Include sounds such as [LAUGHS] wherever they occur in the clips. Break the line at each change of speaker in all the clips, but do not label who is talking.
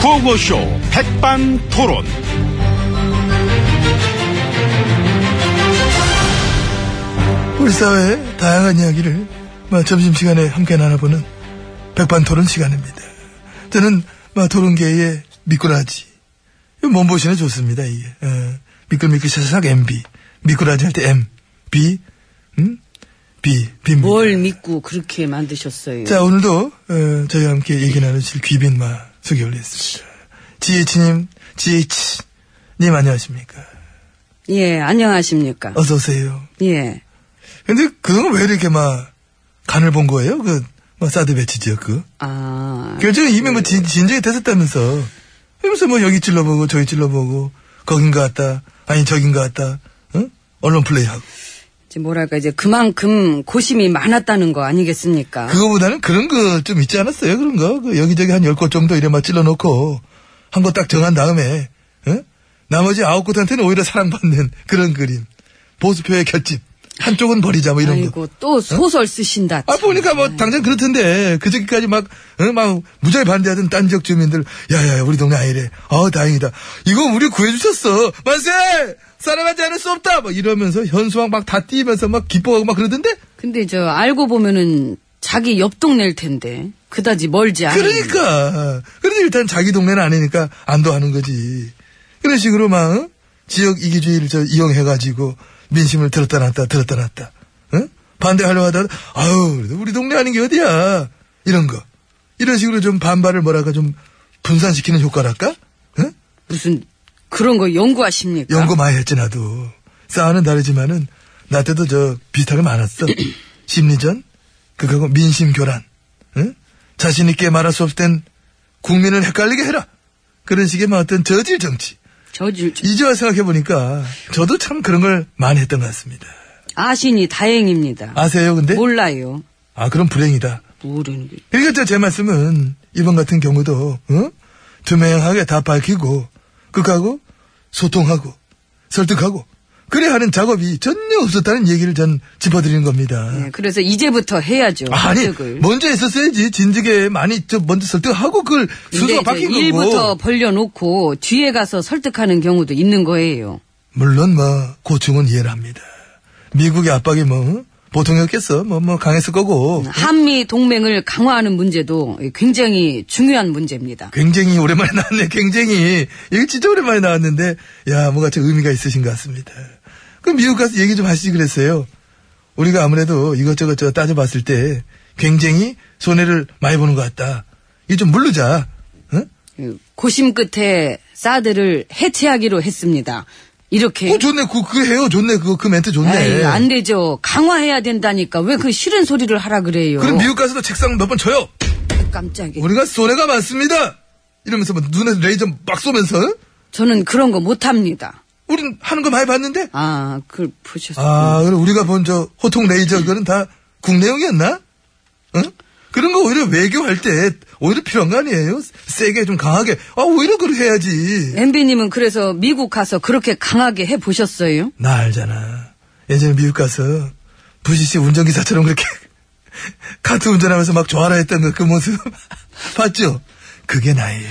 구호쇼 백반토론.
우리 사회의 다양한 이야기를 뭐, 점심시간에 함께 나눠보는 백반토론 시간입니다. 저는 뭐, 토론계의 미꾸라지. 이거 몸보신에 좋습니다, 이게. 예. 미끌미끌 새싹 MB. 미꾸라지 할 때 M. B. 음? B. B입니다.
뭘 믿고 그렇게 만드셨어요?
자, 오늘도, 어, 저희와 함께 얘기 나누실 귀빈 마 소개 올렸습니다. GH님, GH님 안녕하십니까.
예, 안녕하십니까?
어서오세요.
예.
근데 그건 왜 이렇게 막 간을 본 거예요? 그, 뭐, 사드 배치 지역 그.
아,
결정이 이미 뭐 진, 진정이 됐었다면서. 그러면서 뭐 여기 찔러보고 저기 찔러보고 거긴가 같다. 아니 저긴가 같다. 응? 언론 플레이하고.
이제 뭐랄까, 이제 그만큼 고심이 많았다는 거 아니겠습니까?
그거보다는 그런 거 좀 있지 않았어요? 그런 거? 그 여기저기 한 열 곳 정도 이래 막 찔러놓고 한 곳 딱 정한 다음에 응? 나머지 아홉 곳한테는 오히려 사랑받는 [LAUGHS] 그런 그림. 보수표의 결집. 한쪽은 버리자 뭐 이런 거.
아이고, 또 소설 쓰신다.
아,
참.
보니까 뭐, 당장 그렇던데, 그저께까지 막, 어, 막, 무지하게 반대하던 딴 지역 주민들, 야, 야, 야, 우리 동네 아니래. 어, 다행이다. 이거 우리 구해주셨어. 만세! 사랑하지 않을 수 없다! 막 이러면서 현수막 막 다 띄면서 막 기뻐하고 막 그러던데?
근데 저, 알고 보면은 자기 옆 동네일 텐데. 그다지 멀지 않은.
그러니까. 그래도 일단 자기 동네는 아니니까 안도하는 거지. 그런 식으로 막, 어? 지역 이기주의를 저 이용해가지고, 민심을 들었다 놨다, 들었다 놨다. 어? 반대하려 하다가, 아유, 그래도 우리 동네 아닌 게 어디야. 이런 거. 이런 식으로 좀 반발을 뭐랄까 좀 분산시키는 효과랄까? 어?
무슨, 그런 거 연구하십니까?
연구 많이 했지 나도 싸우는 다르지만은 나 때도 저 비슷하게 많았어 [CLEARS THROAT] 심리전 그거고 민심 교란 응? 자신 있게 말할 수 없을 땐 국민을 헷갈리게 해라 그런 식의 막 어떤 저질 정치
저질, 저-
이제 와 생각해 보니까 저도 참 그런 걸 많이 했던 것 같습니다
아시니 다행입니다.
아세요 네? 근데
몰라요.
아 그럼 불행이다
모르는 게.
그러니까 저 제 말씀은 이번 같은 경우도 응? 투명하게 다 밝히고 극하고 소통하고 설득하고 그래 하는 작업이 전혀 없었다는 얘기를 전 짚어드리는 겁니다.
예, 그래서 이제부터 해야죠.
아니 뭐
설득을.
먼저 했었어야지 진즉에 많이 좀 먼저 설득하고 그걸 순서가
근데
바뀐
이제
거고
일부터 벌려놓고 뒤에 가서 설득하는 경우도 있는 거예요.
물론 뭐 고충은 이해를 합니다. 미국의 압박이 뭐 보통이었겠어 뭐 뭐 강했을 거고
아, 한미 동맹을 강화하는 문제도 굉장히 중요한 문제입니다.
굉장히 오랜만에 나왔네, 굉장히. 이거 진짜 오랜만에 나왔는데, 야, 뭔가 좀 의미가 있으신 것 같습니다. 그럼 미국 가서 얘기 좀 하시지 그랬어요. 우리가 아무래도 이것저것 저 따져봤을 때, 굉장히 손해를 많이 보는 것 같다. 이거 좀 물르자. 응?
고심 끝에 사드를 해체하기로 했습니다. 이렇게.
어, 좋네. 그, 그 해요. 좋네. 그거, 그 멘트 좋네.
아이, 예. 안 되죠. 강화해야 된다니까. 왜 그 싫은 소리를 하라 그래요?
그럼 미국 가서도 책상 몇 번 쳐요.
깜짝이야.
우리가 손해가 많습니다. 이러면서 막 눈에 레이저 막 쏘면서, 응?
저는 그런 거 못합니다.
우린 하는 거 많이 봤는데?
아, 그걸 보셨어요.
아, 그럼 우리가 본 저 호통 레이저 그거는 다 국내용이었나? 응? 그런 거 오히려 외교할 때 오히려 필요한 거 아니에요? 세게 좀 강하게. 아, 오히려 그걸 해야지.
엠비님은 그래서 미국 가서 그렇게 강하게 해 보셨어요?
나 알잖아. 예전에 미국 가서 부시 씨 운전기사처럼 그렇게 [LAUGHS] 카트 운전하면서 막 좋아라 했던 그, 그 모습 [LAUGHS] 봤죠? 그게 나예요.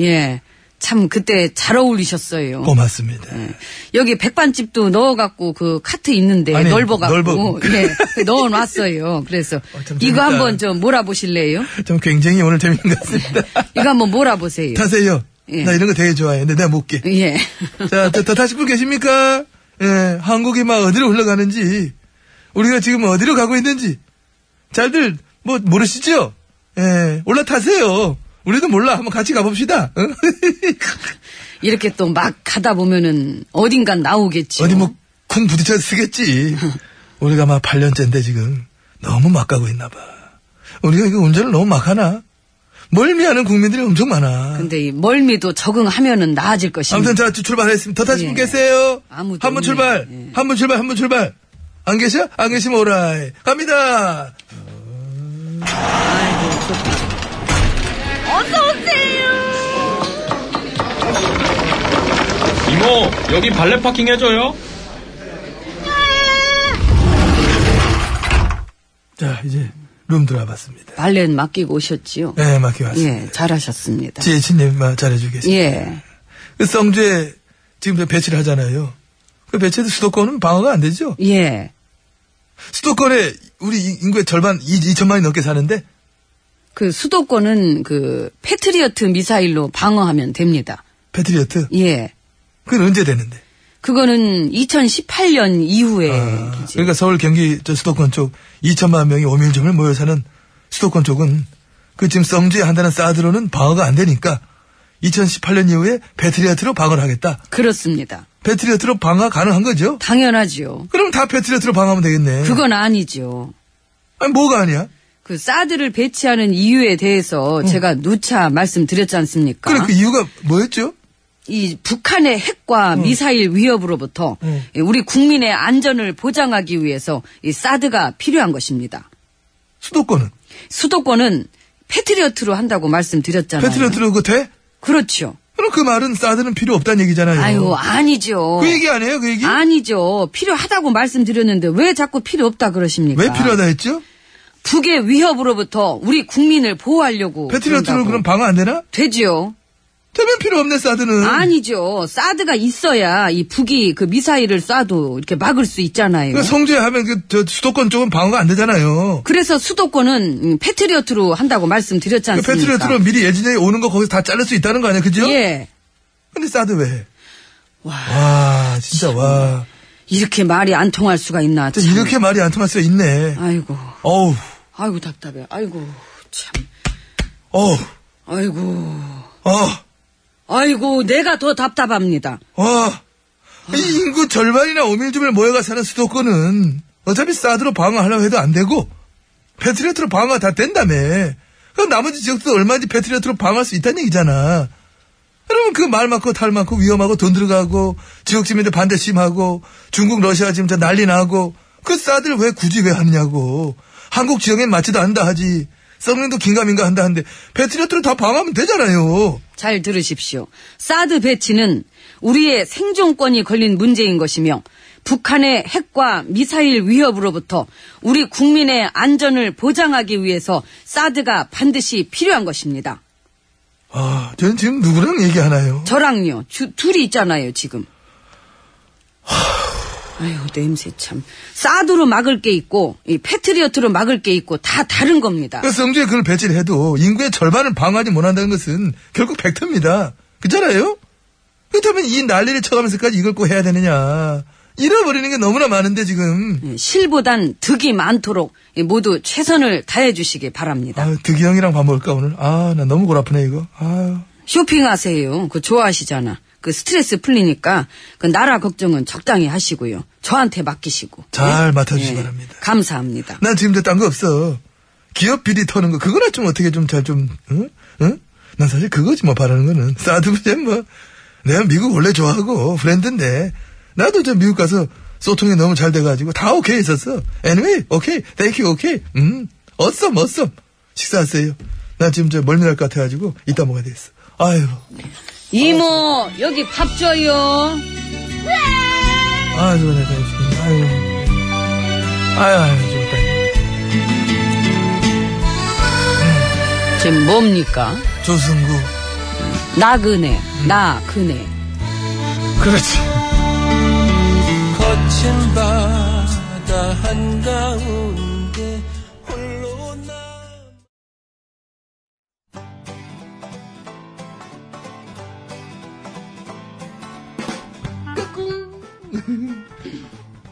예. 참 그때 잘 어울리셨어요.
고맙습니다.
예. 여기 백반집도 넣어갖고 그 카트 있는데
아니,
넓어갖고
넓어.
[LAUGHS] 예, 넣어놨어요. 그래서
참
이거
재밌다.
한번 좀 몰아보실래요?
좀 굉장히 오늘 재밌는 것 같습니다.
이거 한번 몰아보세요.
타세요.
예.
나 이런 거 되게 좋아해. 근데 내가 못 깨.
예. [LAUGHS]
자, 다, 다시 분 계십니까? 예, 한국이 막 어디로 흘러가는지, 우리가 지금 어디로 가고 있는지, 잘들, 뭐, 모르시죠? 예, 올라타세요. 우리도 몰라. 한번 같이 가봅시다. 응?
이렇게 또 막 가다 보면은 어딘가 나오겠죠.
어디 뭐, 쿵 부딪혀 쓰겠지. 우리가 막 8년째인데 지금 너무 막 가고 있나 봐. 우리가 이거 운전을 너무 막 하나? 멀미하는 국민들이 엄청 많아.
근데 이 멀미도 적응하면은 나아질 것입니다.
아무튼 자 주- 출발하겠습니다. 더 다시 분
예.
계세요. 한
아무도
분
없네.
출발,
예.
한 분 출발, 한 분 출발. 안 계셔? 안 계시면 오라이. 갑니다.
이모, 여기 발레 파킹 해줘요.
자 이제 룸 들어봤습니다.
발렌 맡기고 오셨지요?
네, 맡겨왔습니다.
예, 잘하셨습니다.
지혜진님 마- 잘해주겠습니다.
예.
그 성주에 지금 저 배치를 하잖아요. 그 배치해도 수도권은 방어가 안 되죠?
예.
수도권에 우리 이- 인구의 절반, 2, 2천만이 넘게 사는데,
그 수도권은 그 패트리어트 미사일로 방어하면 됩니다.
패트리어트,
예.
그건 언제 되는데?
그거는 2018년 이후에
아,
이제
그러니까 서울, 경기, 저 수도권 쪽 2천만 명이 오밀조밀 모여 사는 수도권 쪽은 그 지금 성주에 한다는 사드로는 방어가 안 되니까 2018년 이후에 패트리어트로 방어를 하겠다.
그렇습니다.
패트리어트로 방어 가능한 거죠?
당연하지요.
그럼 다 패트리어트로 방어하면 되겠네.
그건 아니죠.
아니, 뭐가 아니야?
그 사드를 배치하는 이유에 대해서 제가 누차 말씀드렸지 않습니까?
음. 그래, 그 이유가 뭐였죠?
이 북한의 핵과
음.
미사일 위협으로부터
응.
예, 우리 국민의 안전을 보장하기 위해서 이 사드가 필요한 것입니다.
수도권은?
수도권은 패트리어트로 한다고 말씀드렸잖아요.
패트리어트로 그 돼?
그렇죠.
그럼 그 말은 사드는 필요 없다는 얘기잖아요.
아유, 아니죠.
예. 그 얘기 아니에요, 그 얘기?
아니죠. 필요하다고 말씀드렸는데 왜 자꾸 필요 없다 그러십니까?
왜 필요하다 했죠?
북의 위협으로부터 우리 국민을 보호하려고.
패트리어트로
뭐 그런다고.
그럼 방어 안 되나?
되지요.
되면 필요 없네, 사드는.
아니죠. 사드가 있어야 이 북이 그 미사일을 쏴도 이렇게 막을 수 있잖아요.
그러니까 성주에 하면 그, 저, 수도권 쪽은 방어가 안 되잖아요.
그래서 수도권은 음, 패트리어트로 한다고 말씀드렸지
그
않습니까?
패트리어트로 미리 예진이 오는 거 거기서 다 자를 수 있다는 거 아니야, 그죠?
예.
근데 사드 왜 해?
와.
와, 진짜, 와.
이렇게 말이 안 통할 수가 있나.
진짜
참.
이렇게 말이 안 통할 수가 있네.
아이고.
어우,
아이고 답답해. 아이고 참.
어우,
아이고.
어.
아이고 내가 더 답답합니다.
와, 어, 이 인구 절반이나 오밀조밀 모여가 사는 수도권은 어차피 사드로 방어하려고 해도 안 되고 패트리어트로 방어가 다 된다며. 그럼 나머지 지역도 얼마든지 패트리어트로 방어할 수 있다는 얘기잖아. 그러면 그 말 많고 탈 많고 위험하고 돈 들어가고 지역 주민들 반대 심하고 중국 러시아 지금 다 난리 나고 그 사드를 왜 굳이 왜 하느냐고. 한국 지역엔 맞지도 않다 하지. 썩는도 긴가민가 한다 하는데 패트리어트로 다 방어하면 되잖아요.
잘 들으십시오. 사드 배치는 우리의 생존권이 걸린 문제인 것이며 북한의 핵과 미사일 위협으로부터 우리 국민의 안전을 보장하기 위해서 사드가 반드시 필요한 것입니다.
아, 저는 지금 누구랑 얘기하나요?
저랑요. 주- 둘이 있잖아요, 지금. 아유, 냄새 참. 사드로 막을 게 있고, 이 패트리어트로 막을 게 있고, 다 다른 겁니다.
그래서 성주에 그걸 배치를 해도 인구의 절반을 방어하지 못한다는 것은 결국 팩트입니다. 그잖아요? 그렇다면 이 난리를 쳐가면서까지 이걸 꼭 해야 되느냐. 잃어버리는 게 너무나 많은데 지금.
예, 실보단 득이 많도록 예, 모두 최선을 다해 주시기 바랍니다.
아, 득이 형이랑 밥 먹을까 오늘? 아, 나 너무 골 아프네 이거. 아
쇼핑하세요. 그 좋아하시잖아. 그 스트레스 풀리니까 그 나라 걱정은 적당히 하시고요. 저한테 맡기시고.
잘
예?
맡아주시기
예,
바랍니다. 네.
감사합니다.
난 지금 저 딴 거 없어. 기업 비리 터는 거 그거나 좀 어떻게 좀 잘 좀, 응? 응? 난 사실 그거지 뭐 바라는 거는. [LAUGHS] 사드 문제 뭐. 내가 미국 원래 좋아하고 브랜드인데 나도 저 미국 가서 소통이 너무 잘 돼가지고 다 오케이 했었어. Anyway, 오케이, thank you, 오케이. 음, awesome, awesome. 식사하세요. 나 지금 저 멀미 날 것 같아가지고 이따 먹어야 되겠어. 아유,
이모, 여기 밥 줘요.
아유, 내가 지금 아유, 아유, 아유, 좀 빨리.
지금 뭡니까?
조승구.
나그네,
음.
나그네.
그렇지.
거친 바다 한가운데 홀로 나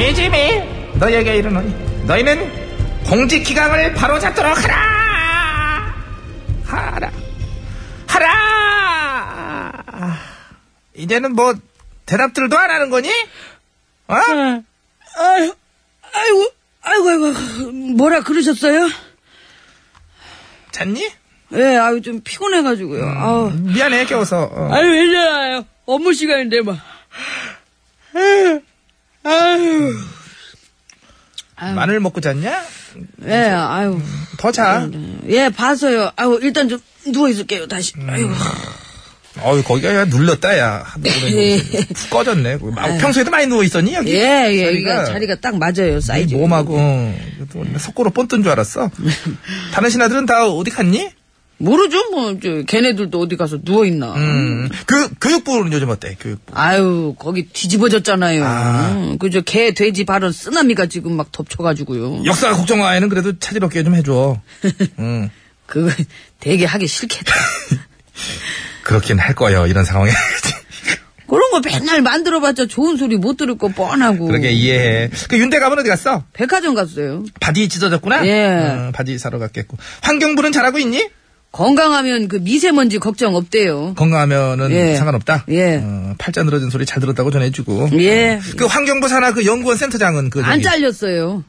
요즘에 너희에게 이르노니 너희는 공직 기강을 바로잡도록 하라 하라 하라 이제는 뭐 대답들도 안 하는 거니? 어?
네. 아유, 아이고, 아이고, 아이고, 뭐라 그러셨어요?
잤니?
예, 아유, 좀 피곤해가지고요. 아유,
미안해 깨워서
[LAUGHS]
어.
아유, 괜찮아요. 업무 시간인데, 막. 아유, 아유,
마늘 먹고 잤냐? 음,
예, 아유.
더자
예, 봐서요. 아유, 일단 좀 누워있을게요, 다시. 아이고.
음. 어우 거기가 야, 눌렸다 야 하도
[LAUGHS]
오래 누워서. 푹 꺼졌네 거기 마- 평소에도 많이 누워있었니 여기?
아. 예, 예, 자리가,
자리가.
이거 자리가 딱 맞아요,
이
사이즈.
몸하고 어, 또 원래 속고로 뻔뜬
[LAUGHS]
줄 알았어 다른 신하들은 다 어디 갔니?
모르죠, 뭐, 저, 걔네들도 어디 가서 누워있나.
음, 그, 교육부는 요즘 어때? 그 교육부.
아유, 거기 뒤집어졌잖아요.
아.
음, 그저 개, 돼지 발언 쓰나미가 지금 막 덮쳐가지고요.
역사 국정화에는 그래도 차질없게 좀 해줘. 음,
그거 [LAUGHS] 되게 하기 싫겠다.
그렇긴 할 거예요, 이런 상황에. [LAUGHS]
그런 거 맨날 만들어봤자 좋은 소리 못 들을 거 뻔하고.
그러게 이해해. 그 윤대감은 어디 갔어?
백화점 갔어요.
바지 찢어졌구나?
예.
음, 바지 사러 갔겠고. 환경부는 잘하고 있니?
건강하면 그 미세먼지 걱정 없대요.
건강하면은
예.
상관없다?
예.
어, 팔자 늘어진 소리 잘 들었다고 전해주고.
예.
그 환경부 산하 그 연구원 센터장은 그.
안
저기
잘렸어요.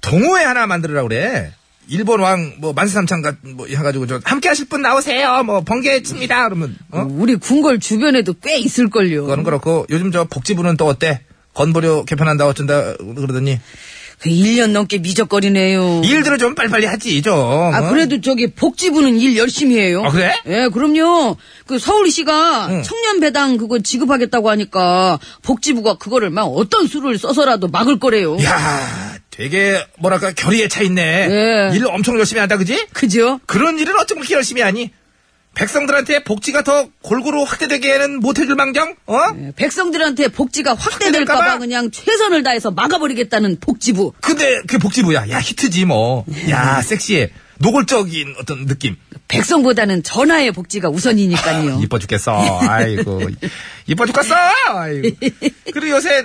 동호회 하나 만들으라고 그래. 일본 왕, 뭐, 만세삼창, 뭐, 해가지고, 저, 함께 하실 분 나오세요. 뭐, 번개칩니다. 그러면, 어?
우리 궁궐 주변에도 꽤 있을걸요.
그거는 그렇고 요즘 저 복지부는 또 어때? 건보료 개편한다 어쩐다 그러더니
그 1년 넘게 미적거리네요.
일들을 좀 빨리빨리 하지 좀.
아,
어?
그래도 저기 복지부는 일 열심히 해요.
아, 그래?
예, 그럼요. 그 서울시가
응.
청년 배당 그거 지급하겠다고 하니까 복지부가 그거를 막 어떤 수를 써서라도 막을 거래요.
야, 되게 뭐랄까 결의에 차 있네.
예.
일을 엄청 열심히 한다 그지?
그죠?
그런 일을 어쩜 그렇게 열심히 하니? 백성들한테 복지가 더 골고루 확대되기에는 못해줄 망정? 어?
예, 백성들한테 복지가 확대될까봐
확대될까봐?
그냥 최선을 다해서 막아버리겠다는 복지부.
근데 그게 복지부야. 야 히트지 뭐.
예.
야 섹시해. 노골적인 어떤 느낌.
백성보다는 전화의 복지가 우선이니까요.
아,
[LAUGHS]
이뻐 죽겠어. 아이고. 이뻐 죽겠어. 아이고. 그리고 요새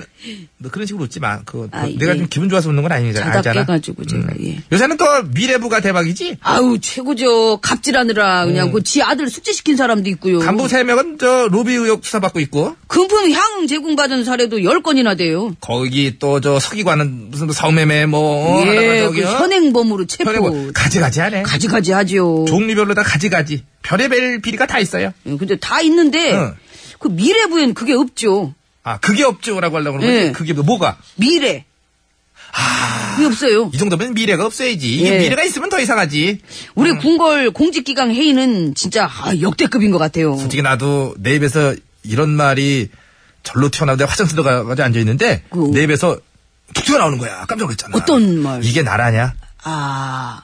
너 그런 식으로 웃지 마. 그
아,
내가
예.
좀 기분 좋아서 웃는 건 아니잖아.
자다
알잖아. 음.
깨가지고 제가, 예.
요새는 또 미래부가 대박이지.
아우 최고죠. 갑질하느라 그냥 그 지 아들 숙제시킨 사람도 있고요.
음. 간부 세명은저 로비 의혹 수사받고 있고
금품 향 제공받은 사례도 10건이나 돼요.
거기 또 저 서기관은 무슨 성매매 뭐
예,
하다가
그
저기요.
현행범으로 체포.
현행 뭐 가지가지하네.
가지가지 하지요.
종류별로 다 가지가지. 별의별 비리가 다 있어요.
예, 근데 다 있는데
응.
그 미래부엔 그게 없죠.
아 그게 없죠라고 하려고 그러는 거지.
예.
그게 뭐- 뭐가?
미래.
아.
그게 없어요.
이 정도면 미래가 없어야지. 이게
예.
미래가 있으면 더 이상하지.
우리 궁궐 공직기강 회의는 진짜 아, 역대급인 것 같아요.
솔직히 나도 내 입에서 이런 말이 절로 튀어나오는데 화장실도 가가지고 앉아있는데
그-
내 입에서 툭 튀어나오는 거야. 깜짝 놀랐잖아.
어떤 말?
이게 나라냐?
아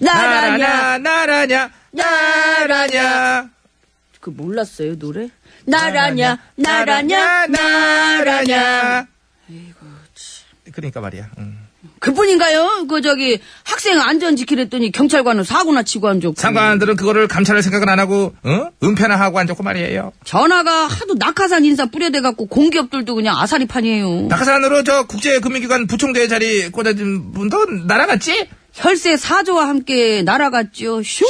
나라냐
나라냐, 나라냐.
그 몰랐어요 노래? 나라냐 나라냐 나라냐
그러니까 말이야. 음.
그뿐인가요? 그 저기 학생 안전 지키랬더니 경찰관은 사고나 치고 안 좋고
상관들은 그거를 감찰할 생각은 안 하고, 응? 은폐나 하고 앉았고 말이에요.
전화가 하도 낙하산 인사 뿌려대갖고 공기업들도 그냥 아사리판이에요.
낙하산으로 저 국제금융기관 부총재 자리 꽂아진 분도 날아갔지?
혈세 사조와 함께 날아갔죠. 슝.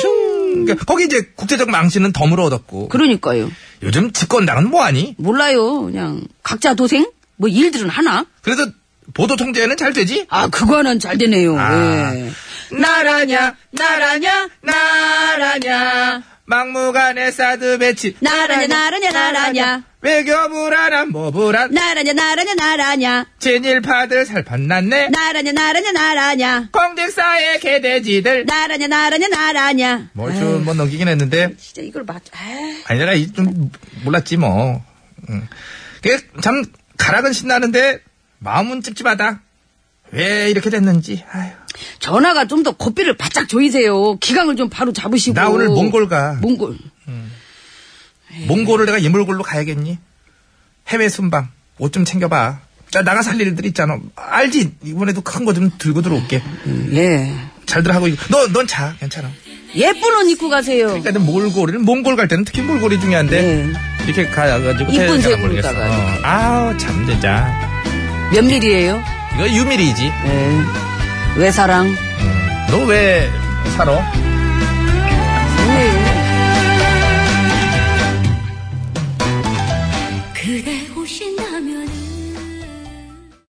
그러니까 거기 이제 국제적 망신은 덤으로 얻었고.
그러니까요.
요즘 집권당은 뭐하니?
몰라요. 그냥 각자 도생? 뭐 일들은 하나?
그래도 보도 통제는 잘 되지?
아 그거는 잘 되네요.
아.
예.
나라냐
나라냐
나라냐 막무가내 사드 배치
나라냐 나라냐 나라냐
외교 불안함 뭐 불안
나라냐 나라냐 나라냐
진일파들 살판났네
나라냐 나라냐 나라냐
공직사의 개돼지들
나라냐 나라냐 나라냐 아,
뭘좀뭐 넘기긴 했는데
진짜 이걸 맞 에이.
아니라 이 좀 몰랐지 뭐 음. 그게 참 가락은 신나는데 마음은 찝찝하다 왜 이렇게 됐는지 아휴.
전화가 좀 더 고삐를 바짝 조이세요 기강을 좀 바로 잡으시고
나 오늘 몽골 가.
몽골
음. 몽골을 내가 예물골로 가야겠니? 해외 순방 옷 좀 챙겨봐. 자 나가 살릴 일들 있잖아. 알지? 이번에도 큰 거 좀 들고 들어올게.
예
잘들 하고 있고. 너넌 자 괜찮아.
예쁜 옷 입고 가세요
그러니까 몽골을 몽골 갈 때는 특히 몰골이 중요한데
네.
이렇게 가가지고
이쁜
태연이 잘
색으로
모르겠어.
따가지고.
어. 아우 참 진짜.
몇 밀이에요? 예.
이거 유미리지.
에이, 왜 사랑?
너 왜 살아? 네.